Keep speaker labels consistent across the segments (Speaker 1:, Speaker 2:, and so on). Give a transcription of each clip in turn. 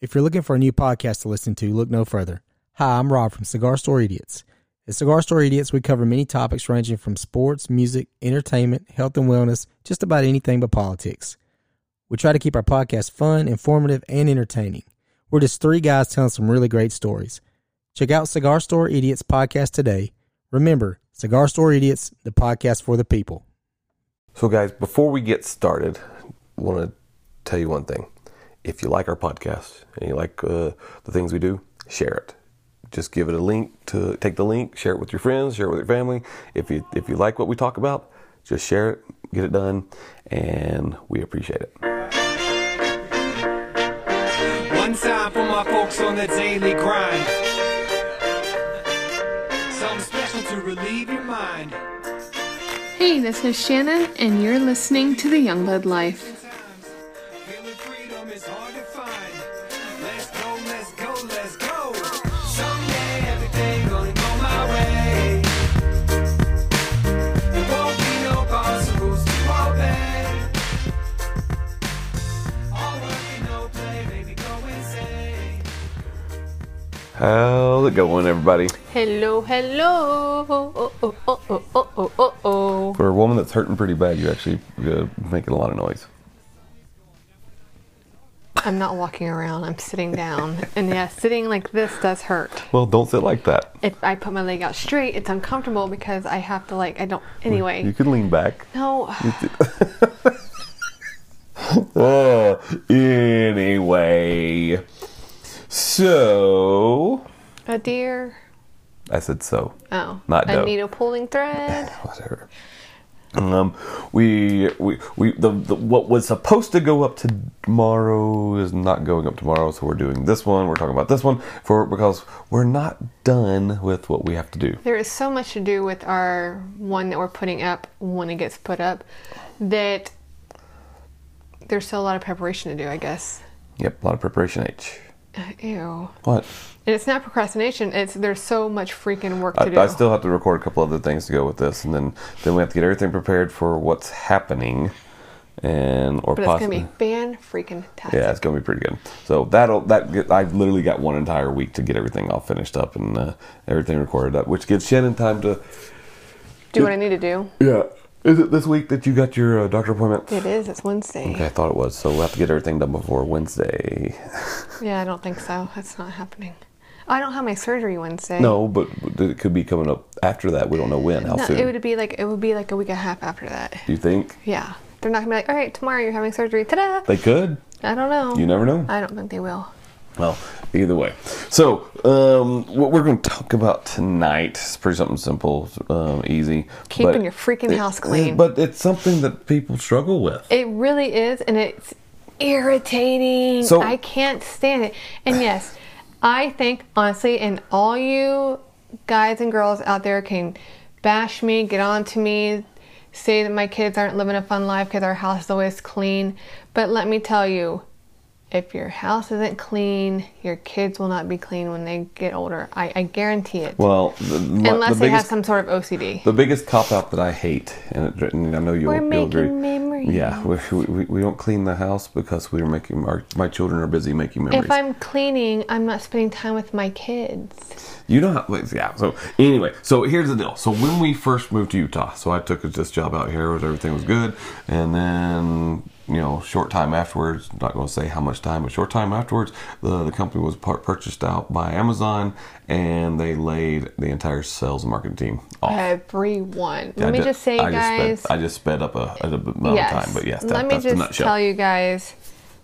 Speaker 1: If you're looking for a new podcast to listen to, look no further. Hi, I'm Rob from Cigar Store Idiots. At Cigar Store Idiots, we cover many topics ranging from sports, music, entertainment, health and wellness, just about anything but politics. We try to keep our podcast fun, informative, and entertaining. We're just three guys telling some really great stories. Check out Cigar Store Idiots podcast today. Remember, Cigar Store Idiots, the podcast for the people.
Speaker 2: So, guys, before we get started, I want to tell you one thing. If you like our podcast and you like uh, the things we do, share it. Just give it a link to take the link, share it with your friends, share it with your family. If you if you like what we talk about, just share it, get it done, and we appreciate it.
Speaker 3: One time for my folks on the daily grind. Something special to relieve your mind.
Speaker 4: Hey, this is Shannon, and you're listening to The Youngblood Life.
Speaker 3: Times feeling freedom is hard to find. Let's go, let's go, let's go. Someday everything gonna go my way. There won't be no boss or rules to obey. All work and no play, baby, go insane.
Speaker 2: How's it going, everybody?
Speaker 5: Hello, hello. Oh, oh, oh, oh, oh, oh, oh, oh.
Speaker 2: For a woman that's hurting pretty bad, you're actually uh, making a lot of noise.
Speaker 5: I'm not walking around. I'm sitting down. And yeah, sitting like this does hurt.
Speaker 2: Well, don't sit like that.
Speaker 5: If I put my leg out straight, it's uncomfortable because I have to like I don't
Speaker 2: You
Speaker 5: anyway.
Speaker 2: can lean back.
Speaker 5: No.
Speaker 2: Oh, anyway. So.
Speaker 5: A deer.
Speaker 2: I said so.
Speaker 5: Oh.
Speaker 2: Not
Speaker 5: a
Speaker 2: dope.
Speaker 5: needle pulling thread.
Speaker 2: Whatever. Um, we we we the, the what was supposed to go up tomorrow is not going up tomorrow, so we're doing this one. We're talking about this one for because we're not done with what we have to do.
Speaker 5: There is so much to do with our one that we're putting up when it gets put up that there's still a lot of preparation to do, I guess.
Speaker 2: Yep, a lot of preparation H.
Speaker 5: Ew.
Speaker 2: What?
Speaker 5: And it's not procrastination. It's there's so much freaking work to do.
Speaker 2: I, I still have to record a couple other things to go with this, and then then we have to get everything prepared for what's happening, and or
Speaker 5: but it's
Speaker 2: possibly.
Speaker 5: gonna be fan freaking tastic.
Speaker 2: Yeah, it's gonna be pretty good. So that'll that I've literally got one entire week to get everything all finished up and uh, everything recorded up, which gives Shannon time to.
Speaker 5: Do what I need to do.
Speaker 2: Yeah, is it this week that you got your uh, doctor appointment?
Speaker 5: It is. It's Wednesday.
Speaker 2: Okay, I thought it was. So we'll have to get everything done before Wednesday.
Speaker 5: Yeah, I don't think so. That's not happening. I don't have my surgery Wednesday.
Speaker 2: No, but it could be coming up after that. We don't know when. How
Speaker 5: No,
Speaker 2: soon?
Speaker 5: it would be like it would be like a week and a half after that.
Speaker 2: Do you think
Speaker 5: Yeah, they're not gonna be like, all right, tomorrow you're having surgery. Ta-da!
Speaker 2: they could?
Speaker 5: I don't know.
Speaker 2: You never know.
Speaker 5: I don't think they will.
Speaker 2: Well, either way. So, um, what we're going to talk about tonight is pretty something simple, um, easy.
Speaker 5: Keeping
Speaker 2: but-
Speaker 5: your freaking house clean.
Speaker 2: But it's something that people struggle with.
Speaker 5: It really is, and it's irritating.
Speaker 2: So-
Speaker 5: I can't stand it. And yes, I think honestly, and all you guys and girls out there can bash me, get on to me, say that my kids aren't living a fun life because our house is always clean. But let me tell you, if your house isn't clean, your kids will not be clean when they get older. I, I guarantee it.
Speaker 2: Well, the, my-
Speaker 5: Unless
Speaker 2: the
Speaker 5: they have
Speaker 2: biggest,
Speaker 5: some sort of OCD.
Speaker 2: the biggest cop out that I hate, and, it, and I know you'll,
Speaker 5: We're
Speaker 2: you'll agree.
Speaker 5: making memories.
Speaker 2: Yeah, we, we, we don't clean the house because we're making our, my children are busy making memories.
Speaker 5: If I'm cleaning, I'm not spending time with my kids.
Speaker 2: You know how, wait, yeah. So anyway, so here's the deal. So when we first moved to Utah, so I took this job out here, was everything was good, and then you know, short time afterwards, not going to say how much time, but short time afterwards, the, the company was par- purchased out by Amazon, and they laid the entire sales and marketing team off.
Speaker 5: everyone. Let
Speaker 2: I
Speaker 5: me
Speaker 2: ju-
Speaker 5: just say,
Speaker 2: I
Speaker 5: guys.
Speaker 2: Just sped, I just sped up a, a, bit amount of time, but yes, that,
Speaker 5: Let me
Speaker 2: that's the
Speaker 5: just
Speaker 2: nutshell.
Speaker 5: tell you guys,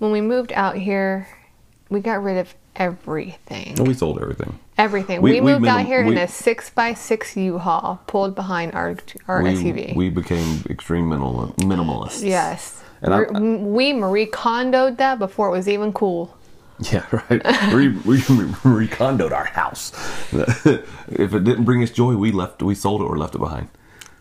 Speaker 5: when we moved out here, we got rid of everything.
Speaker 2: No, we sold everything.
Speaker 5: Everything.
Speaker 2: we-
Speaker 5: We,
Speaker 2: we
Speaker 5: moved out
Speaker 2: minim-
Speaker 5: here in
Speaker 2: we-
Speaker 5: a six by six U-Haul pulled behind our our
Speaker 2: We,
Speaker 5: SUV.
Speaker 2: we became extreme minimal, minimalists.
Speaker 5: yes.
Speaker 2: And I'm-
Speaker 5: We're- we Marie Kondoed that before it was even cool.
Speaker 2: Yeah, right. we we we recondoed our house. if it didn't bring us joy, we left. We sold it or left it behind.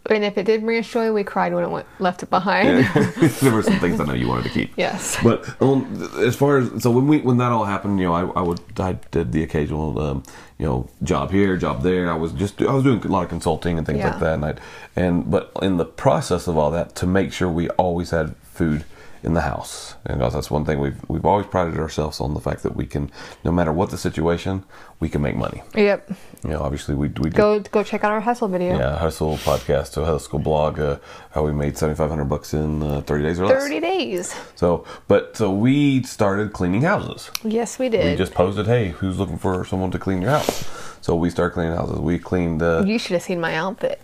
Speaker 5: And if it did bring us joy, we cried when it went, left it behind.
Speaker 2: there were some things I know you wanted to keep.
Speaker 5: Yes.
Speaker 2: But on, as far as so when we when that all happened, you know, I, I would I did the occasional um, you know job here, job there. I was just I was doing a lot of consulting and things like
Speaker 5: Yeah.
Speaker 2: that. And I and but in the process of all that, to make sure we always had food in the house. And guys, that's one thing we've we've always prided ourselves on the fact that we can, no matter what the situation, we can make money.
Speaker 5: Yep.
Speaker 2: You know, obviously we we do
Speaker 5: Go go check out our hustle video.
Speaker 2: yeah hustle podcast, so hustle blog, uh, how we made seventy five hundred bucks in uh, thirty days or less.
Speaker 5: Thirty days.
Speaker 2: So, but so we started cleaning houses.
Speaker 5: Yes, we did.
Speaker 2: We just posted, hey, who's looking for someone to clean your house? So we started cleaning houses. We cleaned. Uh,
Speaker 5: you should have seen my outfit.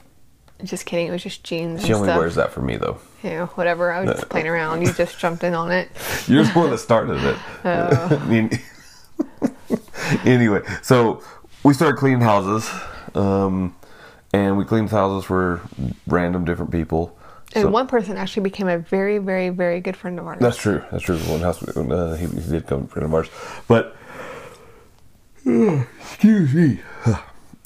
Speaker 5: Just kidding. It was just jeans.
Speaker 2: she
Speaker 5: and
Speaker 2: only
Speaker 5: stuff.
Speaker 2: wears that for me though.
Speaker 5: Yeah, whatever. I was just playing around. You just jumped in on it.
Speaker 2: You're the one that started it.
Speaker 5: Oh.
Speaker 2: I mean- anyway, so we started cleaning houses, um, and we cleaned houses for random different people.
Speaker 5: And
Speaker 2: So-
Speaker 5: one person actually became a very, very, very good friend of ours.
Speaker 2: That's true. That's true. One house uh, he, he did come friend of ours, but excuse me.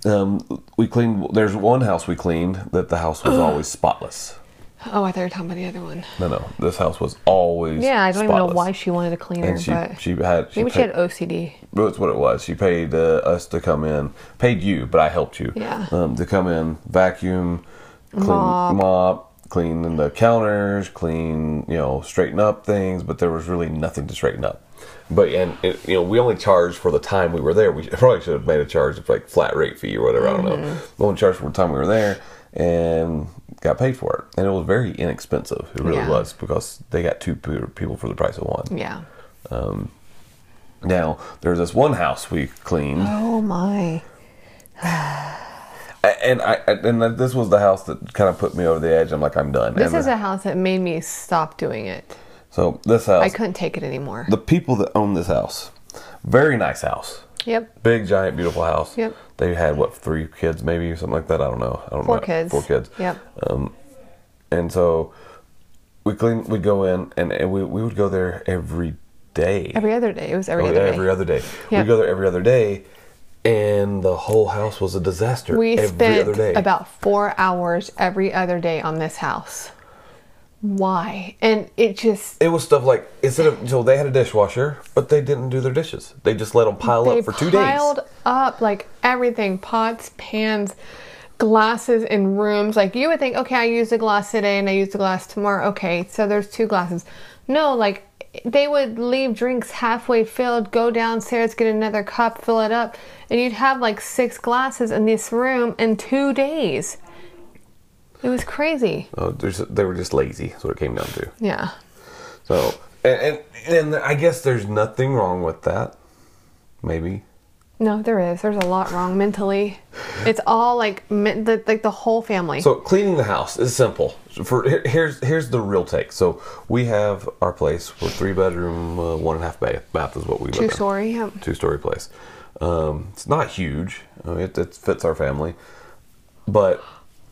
Speaker 2: Um, we cleaned. There's one house we cleaned that the house was always spotless.
Speaker 5: oh, I thought you were talking about the other one.
Speaker 2: No, no, this house was always
Speaker 5: Yeah, I don't even know
Speaker 2: spotless.
Speaker 5: why she wanted a cleaner,
Speaker 2: And she
Speaker 5: but
Speaker 2: she had
Speaker 5: maybe she
Speaker 2: paid-
Speaker 5: had OCD.
Speaker 2: That's what it was. She paid uh, us to come in, paid you, but I helped you.
Speaker 5: Yeah.
Speaker 2: Um, to come in, vacuum, clean
Speaker 5: Mop.
Speaker 2: mop. clean the counters, clean, you know, straighten up things, but there was really nothing to straighten up. But and it, you know, we only charged for the time we were there. We probably should have made a charge of like flat rate fee or whatever. I don't know.
Speaker 5: Mm-hmm.
Speaker 2: We only charged for the time we were there and got paid for it, and it was very inexpensive. It really
Speaker 5: Yeah.
Speaker 2: was because they got two pe- people for the price of one.
Speaker 5: Yeah.
Speaker 2: Now there's this one house we cleaned.
Speaker 5: Oh my.
Speaker 2: A- and I I- and that- this was the house that kind of put me over the edge. I'm like, I'm done.
Speaker 5: This
Speaker 2: And,
Speaker 5: is
Speaker 2: uh,
Speaker 5: a house that made me stop doing it.
Speaker 2: so this
Speaker 5: I
Speaker 2: house.
Speaker 5: couldn't take it anymore.
Speaker 2: the people that own this house, very nice house,
Speaker 5: Yep.
Speaker 2: big, giant, beautiful house.
Speaker 5: Yep.
Speaker 2: They had what three kids, maybe something like that. I don't know. I don't
Speaker 5: Four
Speaker 2: know.
Speaker 5: kids.
Speaker 2: Four kids. Um,
Speaker 5: Yep.
Speaker 2: And so we clean. We go in, and, and we we would go there every day.
Speaker 5: Every other day. It was every
Speaker 2: Oh,
Speaker 5: other day.
Speaker 2: every other day.
Speaker 5: Yep.
Speaker 2: We go there every other day, and the whole house was a disaster.
Speaker 5: we
Speaker 2: every
Speaker 5: spent
Speaker 2: other day.
Speaker 5: about four hours every other day on this house. Why? And it just
Speaker 2: it was stuff like instead of so they had a dishwasher, but they didn't do their dishes. They just let them pile
Speaker 5: they
Speaker 2: up for two
Speaker 5: piled
Speaker 2: days.
Speaker 5: up like everything pots, pans, glasses in rooms. Like you would think, okay, I used a glass today and I used a glass tomorrow. Okay, so there's two glasses. No, like they would leave drinks halfway filled, go downstairs, get another cup, fill it up, and you'd have like six glasses in this room in two days. It was crazy.
Speaker 2: Oh, there's, they were just lazy. That's what it came down to.
Speaker 5: Yeah.
Speaker 2: So and, and and I guess there's nothing wrong with that. Maybe
Speaker 5: No, there is. There's a lot wrong mentally. It's all like men- the, like the whole family.
Speaker 2: so. Cleaning the house is simple. For here- here's here's the real take. So we have our place. We're three bedroom, uh, one and a half bath. Bath is what we live in.
Speaker 5: Two story. Yep.
Speaker 2: two story place. Um, it's not huge. I mean, it, it fits our family, but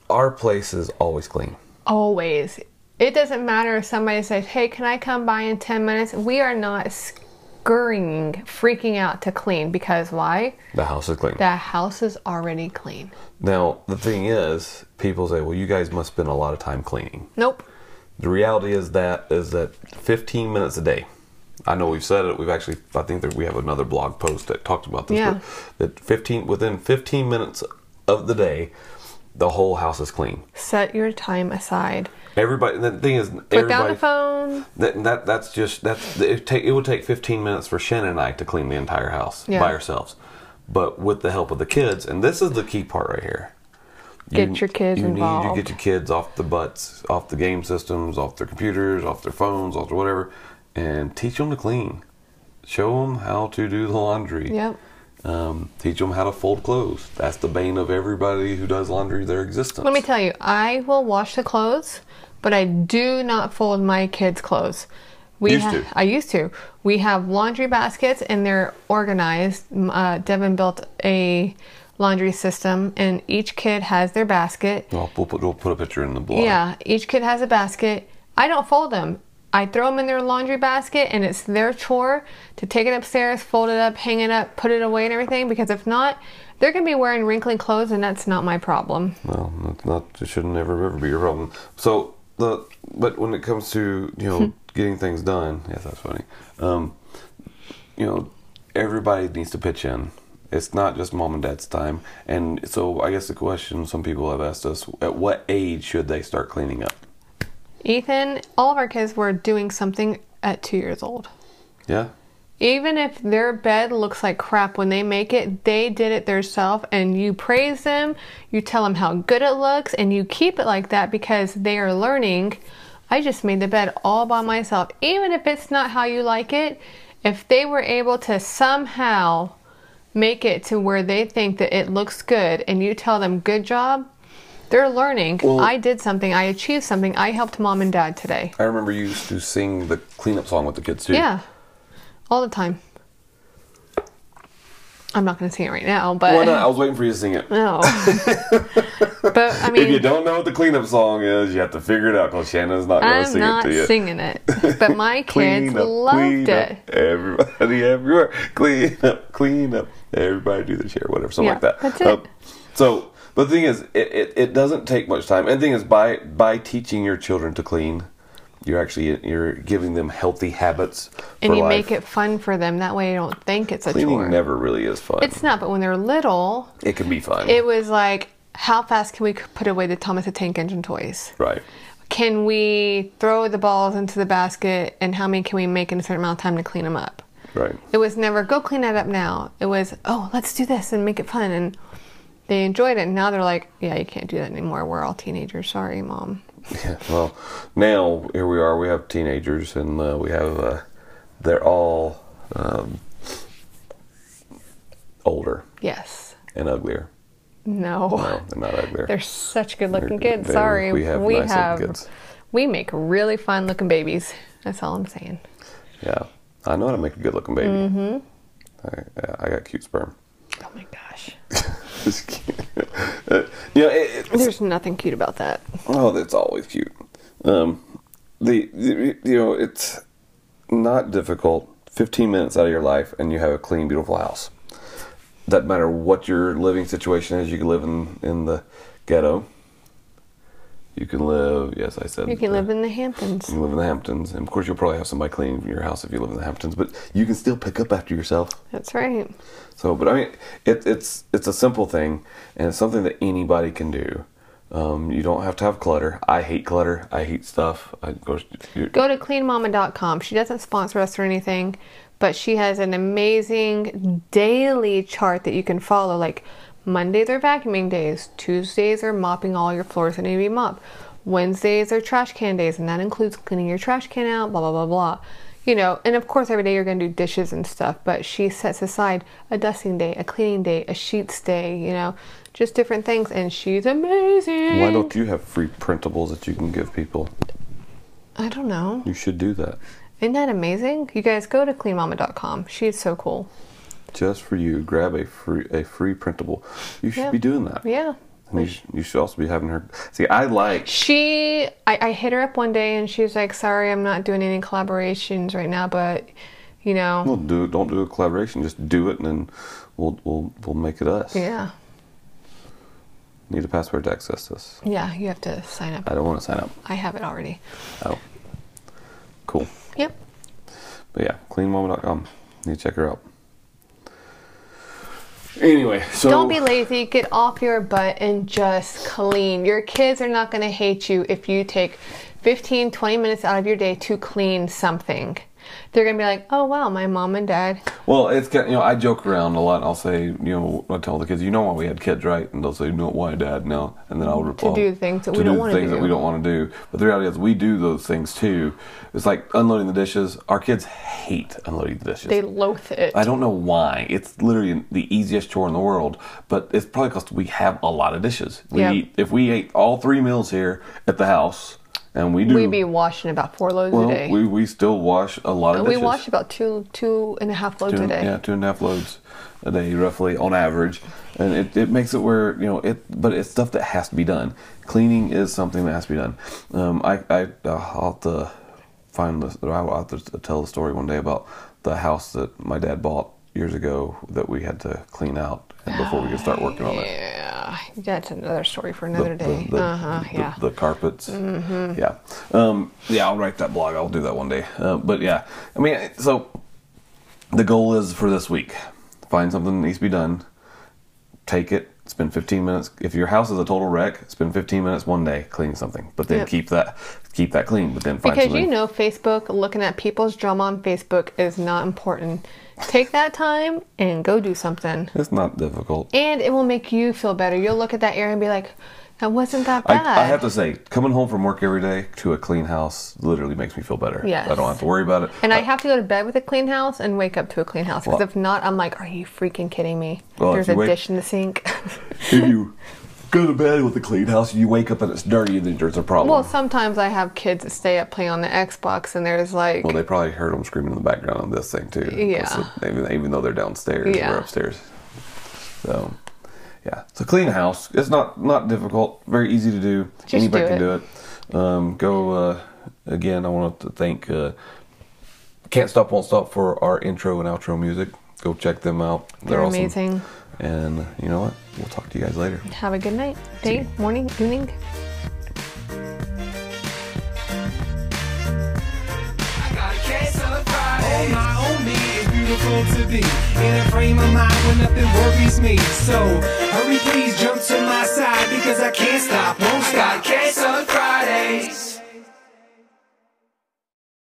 Speaker 2: our place is always clean.
Speaker 5: Always. It doesn't matter if somebody says, "Hey, can I come by in ten minutes?" We are not scurrying, freaking out to clean because why?
Speaker 2: The house is clean.
Speaker 5: The house is already clean.
Speaker 2: now the thing is, people say, "Well, you guys must spend a lot of time cleaning."
Speaker 5: Nope.
Speaker 2: The reality is that is that 15 minutes a day. I know we've said it. We've actually, I think that we have another blog post that talked about this.
Speaker 5: Yeah.
Speaker 2: But that 15 within 15 minutes of the day, the whole house is clean.
Speaker 5: Set your time aside.
Speaker 2: Everybody. The thing is,
Speaker 5: Put down the
Speaker 2: everybody.
Speaker 5: phone.
Speaker 2: That, that that's just that's it. Take, it would take 15 minutes for Shannon and I to clean the entire house
Speaker 5: Yeah.
Speaker 2: by ourselves, but with the help of the kids. And this is the key part right here.
Speaker 5: Get your kids
Speaker 2: you
Speaker 5: involved.
Speaker 2: need to get your kids off the butts, off the game systems, off their computers, off their phones, off their whatever, and teach them to clean. Show them how to do the laundry.
Speaker 5: Yep.
Speaker 2: Um, teach them how to fold clothes. That's the bane of everybody who does laundry their existence.
Speaker 5: Let me tell you, I will wash the clothes, but I do not fold my kids' clothes. We
Speaker 2: Used
Speaker 5: ha-
Speaker 2: to.
Speaker 5: I used to. We have laundry baskets and they're organized. M- Uh, Devin built a laundry system, and each kid has their basket.
Speaker 2: Well, we'll put we'll put a picture in the blog.
Speaker 5: Yeah, each kid has a basket. I don't fold them. I throw them in their laundry basket, and it's their chore to take it upstairs, fold it up, hang it up, put it away, and everything. Because if not, they're gonna be wearing wrinkly clothes, and that's not my problem.
Speaker 2: Well, that's not it shouldn't ever ever be your problem. So the but when it comes to you know getting things done, yeah, that's funny. Um, you know, everybody needs to pitch in. It's not just mom and dad's time. And so I guess the question some people have asked us: At what age should they start cleaning up?
Speaker 5: Ethan, all of our kids were doing something at two years old.
Speaker 2: Yeah.
Speaker 5: Even if their bed looks like crap when they make it, they did it themselves, and you praise them, you tell them how good it looks, and you keep it like that because they are learning. I just made the bed all by myself. Even if it's not how you like it, if they were able to somehow make it to where they think that it looks good and you tell them good job, they're learning. I did something, I achieved something, I helped mom and dad today.
Speaker 2: I remember you used to sing the cleanup song with the kids too.
Speaker 5: Yeah, all the time. I'm not going to sing it right now, but
Speaker 2: Why not? I was waiting for you to sing it.
Speaker 5: no. but I
Speaker 2: If you
Speaker 5: mean,
Speaker 2: don't know what the cleanup song is, you have to figure it out because Shannon's not going to
Speaker 5: I'm
Speaker 2: sing it
Speaker 5: not
Speaker 2: to you.
Speaker 5: singing it. But my kids
Speaker 2: Clean up,
Speaker 5: loved
Speaker 2: clean
Speaker 5: it.
Speaker 2: Up, everybody everywhere. Clean up, clean up. Everybody do the chair, whatever, something
Speaker 5: Yeah,
Speaker 2: like that. Um,
Speaker 5: that's it.
Speaker 2: so, but the thing is, it, it, it doesn't take much time. And the thing is, by by teaching your children to clean, you're actually you're giving them healthy habits
Speaker 5: And
Speaker 2: for
Speaker 5: you
Speaker 2: life.
Speaker 5: make it fun for them. That way, I don't think it's a
Speaker 2: Cleaning
Speaker 5: chore.
Speaker 2: never really is fun.
Speaker 5: it's not, but when they're little,
Speaker 2: it can be fun,
Speaker 5: it was like, how fast can we c- put away the Thomas the Tank Engine toys?
Speaker 2: right?
Speaker 5: Can we throw the balls into the basket, and how many can we make in a certain amount of time to clean them up?
Speaker 2: Right.
Speaker 5: It was never go clean that up now. It was oh let's do this and make it fun, and they enjoyed it. And now they're like, yeah, you can't do that anymore. We're all teenagers. Sorry, mom.
Speaker 2: Well, now here we are. We have teenagers, and uh, we have uh, they're all um, older
Speaker 5: Yes.
Speaker 2: and uglier.
Speaker 5: No.
Speaker 2: No, they're not uglier.
Speaker 5: They're such good looking
Speaker 2: They're-
Speaker 5: kids.
Speaker 2: they're-
Speaker 5: Sorry,
Speaker 2: we have nice looking
Speaker 5: have-
Speaker 2: kids.
Speaker 5: we make really fun looking babies. That's all I'm saying.
Speaker 2: yeah, I know how to make a good-looking baby. Mm-hmm. I, I got cute sperm.
Speaker 5: Oh my gosh.
Speaker 2: Just kidding. Uh, you know, it, it-
Speaker 5: There's nothing cute about that.
Speaker 2: Oh, that's always cute. Um, the, the you know it's not difficult. Fifteen minutes out of your life, and you have a clean, beautiful house. Doesn't matter what your living situation is. You can live in in the ghetto. You can live. Yes, I said uh,
Speaker 5: You can live in the Hamptons.
Speaker 2: You live in the Hamptons, and of course, you'll probably have somebody clean your house if you live in the Hamptons. But you can still pick up after yourself.
Speaker 5: That's right.
Speaker 2: So, but I mean, it, it's it's a simple thing, and it's something that anybody can do. Um, you don't have to have clutter. I hate clutter. I hate stuff. I go. you-
Speaker 5: Go to cleanmama.com. She doesn't sponsor us or anything, but she has an amazing daily chart that you can follow. Like Mondays are vacuuming days, Tuesdays are mopping all your floors that need to be mopped, Wednesdays are trash can days, and that includes cleaning your trash can out, blah, blah, blah, blah. You know, and of course, every day you're going to do dishes and stuff, but she sets aside a dusting day, a cleaning day, a sheets day, you know, just different things. And she's amazing.
Speaker 2: Why don't you have free printables that you can give people?
Speaker 5: I don't know.
Speaker 2: You should do that
Speaker 5: Isn't that amazing? You guys go to cleanmama.com. She's so cool.
Speaker 2: just for you. Grab a free a free printable. You should
Speaker 5: Yeah.
Speaker 2: be doing that.
Speaker 5: Yeah.
Speaker 2: And you, sh- you should also be having her. See, I like.
Speaker 5: She, I, I hit her up one day and she was like, sorry, I'm not doing any collaborations right now, but you know,
Speaker 2: Well, do don't do a collaboration. Just do it, and then we'll we'll we'll make it us.
Speaker 5: yeah.
Speaker 2: Need a password to access this.
Speaker 5: Yeah, you have to sign up.
Speaker 2: I don't want to sign up.
Speaker 5: I have it already.
Speaker 2: Oh, cool.
Speaker 5: Yep.
Speaker 2: But yeah, cleanmama.com. You need to check her out. Anyway, so
Speaker 5: Don't be lazy. Get off your butt and just clean. Your kids are not going to hate you if you take 15, 20 minutes out of your day to clean something. They're going to be like, oh, wow, my mom and dad
Speaker 2: well. It's got you know. I joke around a lot. I'll say you know. I tell the kids, you know why we had kids, right? And they'll say, no, why, Dad? No. And then I'll reply
Speaker 5: do things that
Speaker 2: to
Speaker 5: we don't
Speaker 2: the
Speaker 5: wanna
Speaker 2: things that
Speaker 5: do.
Speaker 2: we don't want to do. But the reality is, we do those things too. It's like unloading the dishes. Our kids hate unloading the dishes.
Speaker 5: they loathe it.
Speaker 2: I don't know why. It's literally the easiest chore in the world, but it's probably because we have a lot of dishes. We
Speaker 5: Yeah.
Speaker 2: eat, if we ate all three meals here at the house, and we do,
Speaker 5: We'd be washing about four loads a
Speaker 2: well,
Speaker 5: day.
Speaker 2: we, we still wash a lot of
Speaker 5: we
Speaker 2: dishes.
Speaker 5: wash about two two and a half loads
Speaker 2: two,
Speaker 5: a day.
Speaker 2: Yeah, two and a half loads a day, roughly on average, and it, it makes it where you know it. But it's stuff that has to be done. Cleaning is something that has to be done. Um, I I I'll have to find this. I'll have to tell the story one day about the house that my dad bought years ago that we had to clean out before we could start working on it.
Speaker 5: Yeah, that's another story for another
Speaker 2: The-
Speaker 5: day. Mm-hmm.
Speaker 2: The, the-
Speaker 5: uh huh.
Speaker 2: the-
Speaker 5: Yeah.
Speaker 2: the carpets. Yeah. Um, yeah, I'll write that blog. I'll do that one day. Uh, but yeah, I mean, so the goal is for this week find something that needs to be done, take it, Spend 15 minutes. If your house is a total wreck, spend 15 minutes one day cleaning something, but then
Speaker 5: Yep.
Speaker 2: keep that keep that clean. But then find
Speaker 5: Because
Speaker 2: something.
Speaker 5: you know, Facebook, looking at people's drama on Facebook is not important. Take that time and go do something.
Speaker 2: it's not difficult.
Speaker 5: And it will make you feel better. You'll look at that area and be like, that wasn't that bad.
Speaker 2: I, I have to say, coming home from work every day to a clean house literally makes me feel better.
Speaker 5: Yes.
Speaker 2: I don't have to worry about it.
Speaker 5: and I have to go to bed with a clean house and wake up to a clean house. Because
Speaker 2: Well-
Speaker 5: if not, I'm like, are you freaking kidding me?
Speaker 2: Well, if
Speaker 5: There's
Speaker 2: you
Speaker 5: a
Speaker 2: wake-
Speaker 5: dish in the sink.
Speaker 2: if you go to bed with a clean house, you wake up and it's dirty, and then there's a problem.
Speaker 5: well, sometimes I have kids that stay up playing on the Xbox, and there's like,
Speaker 2: Well, they probably heard them screaming in the background on this thing too.
Speaker 5: Yeah.
Speaker 2: So, even, even though they're downstairs,
Speaker 5: Yeah.
Speaker 2: we're upstairs. So, yeah. So clean house. It's not not difficult. Very easy to do. Anybody
Speaker 5: do
Speaker 2: can do it. Um, go uh, again. I want to thank uh, Can't Stop Won't Stop for our intro and outro music. Go check them out. They're,
Speaker 5: They're
Speaker 2: awesome.
Speaker 5: amazing.
Speaker 2: And you know what? We'll talk to you guys later.
Speaker 5: have a good night, day, morning, evening.
Speaker 3: I got a case of Friday. On my own me, it's beautiful to be in a frame of mind when nothing worries me. So hurry, please jump to my side because I can't stop, won't stop.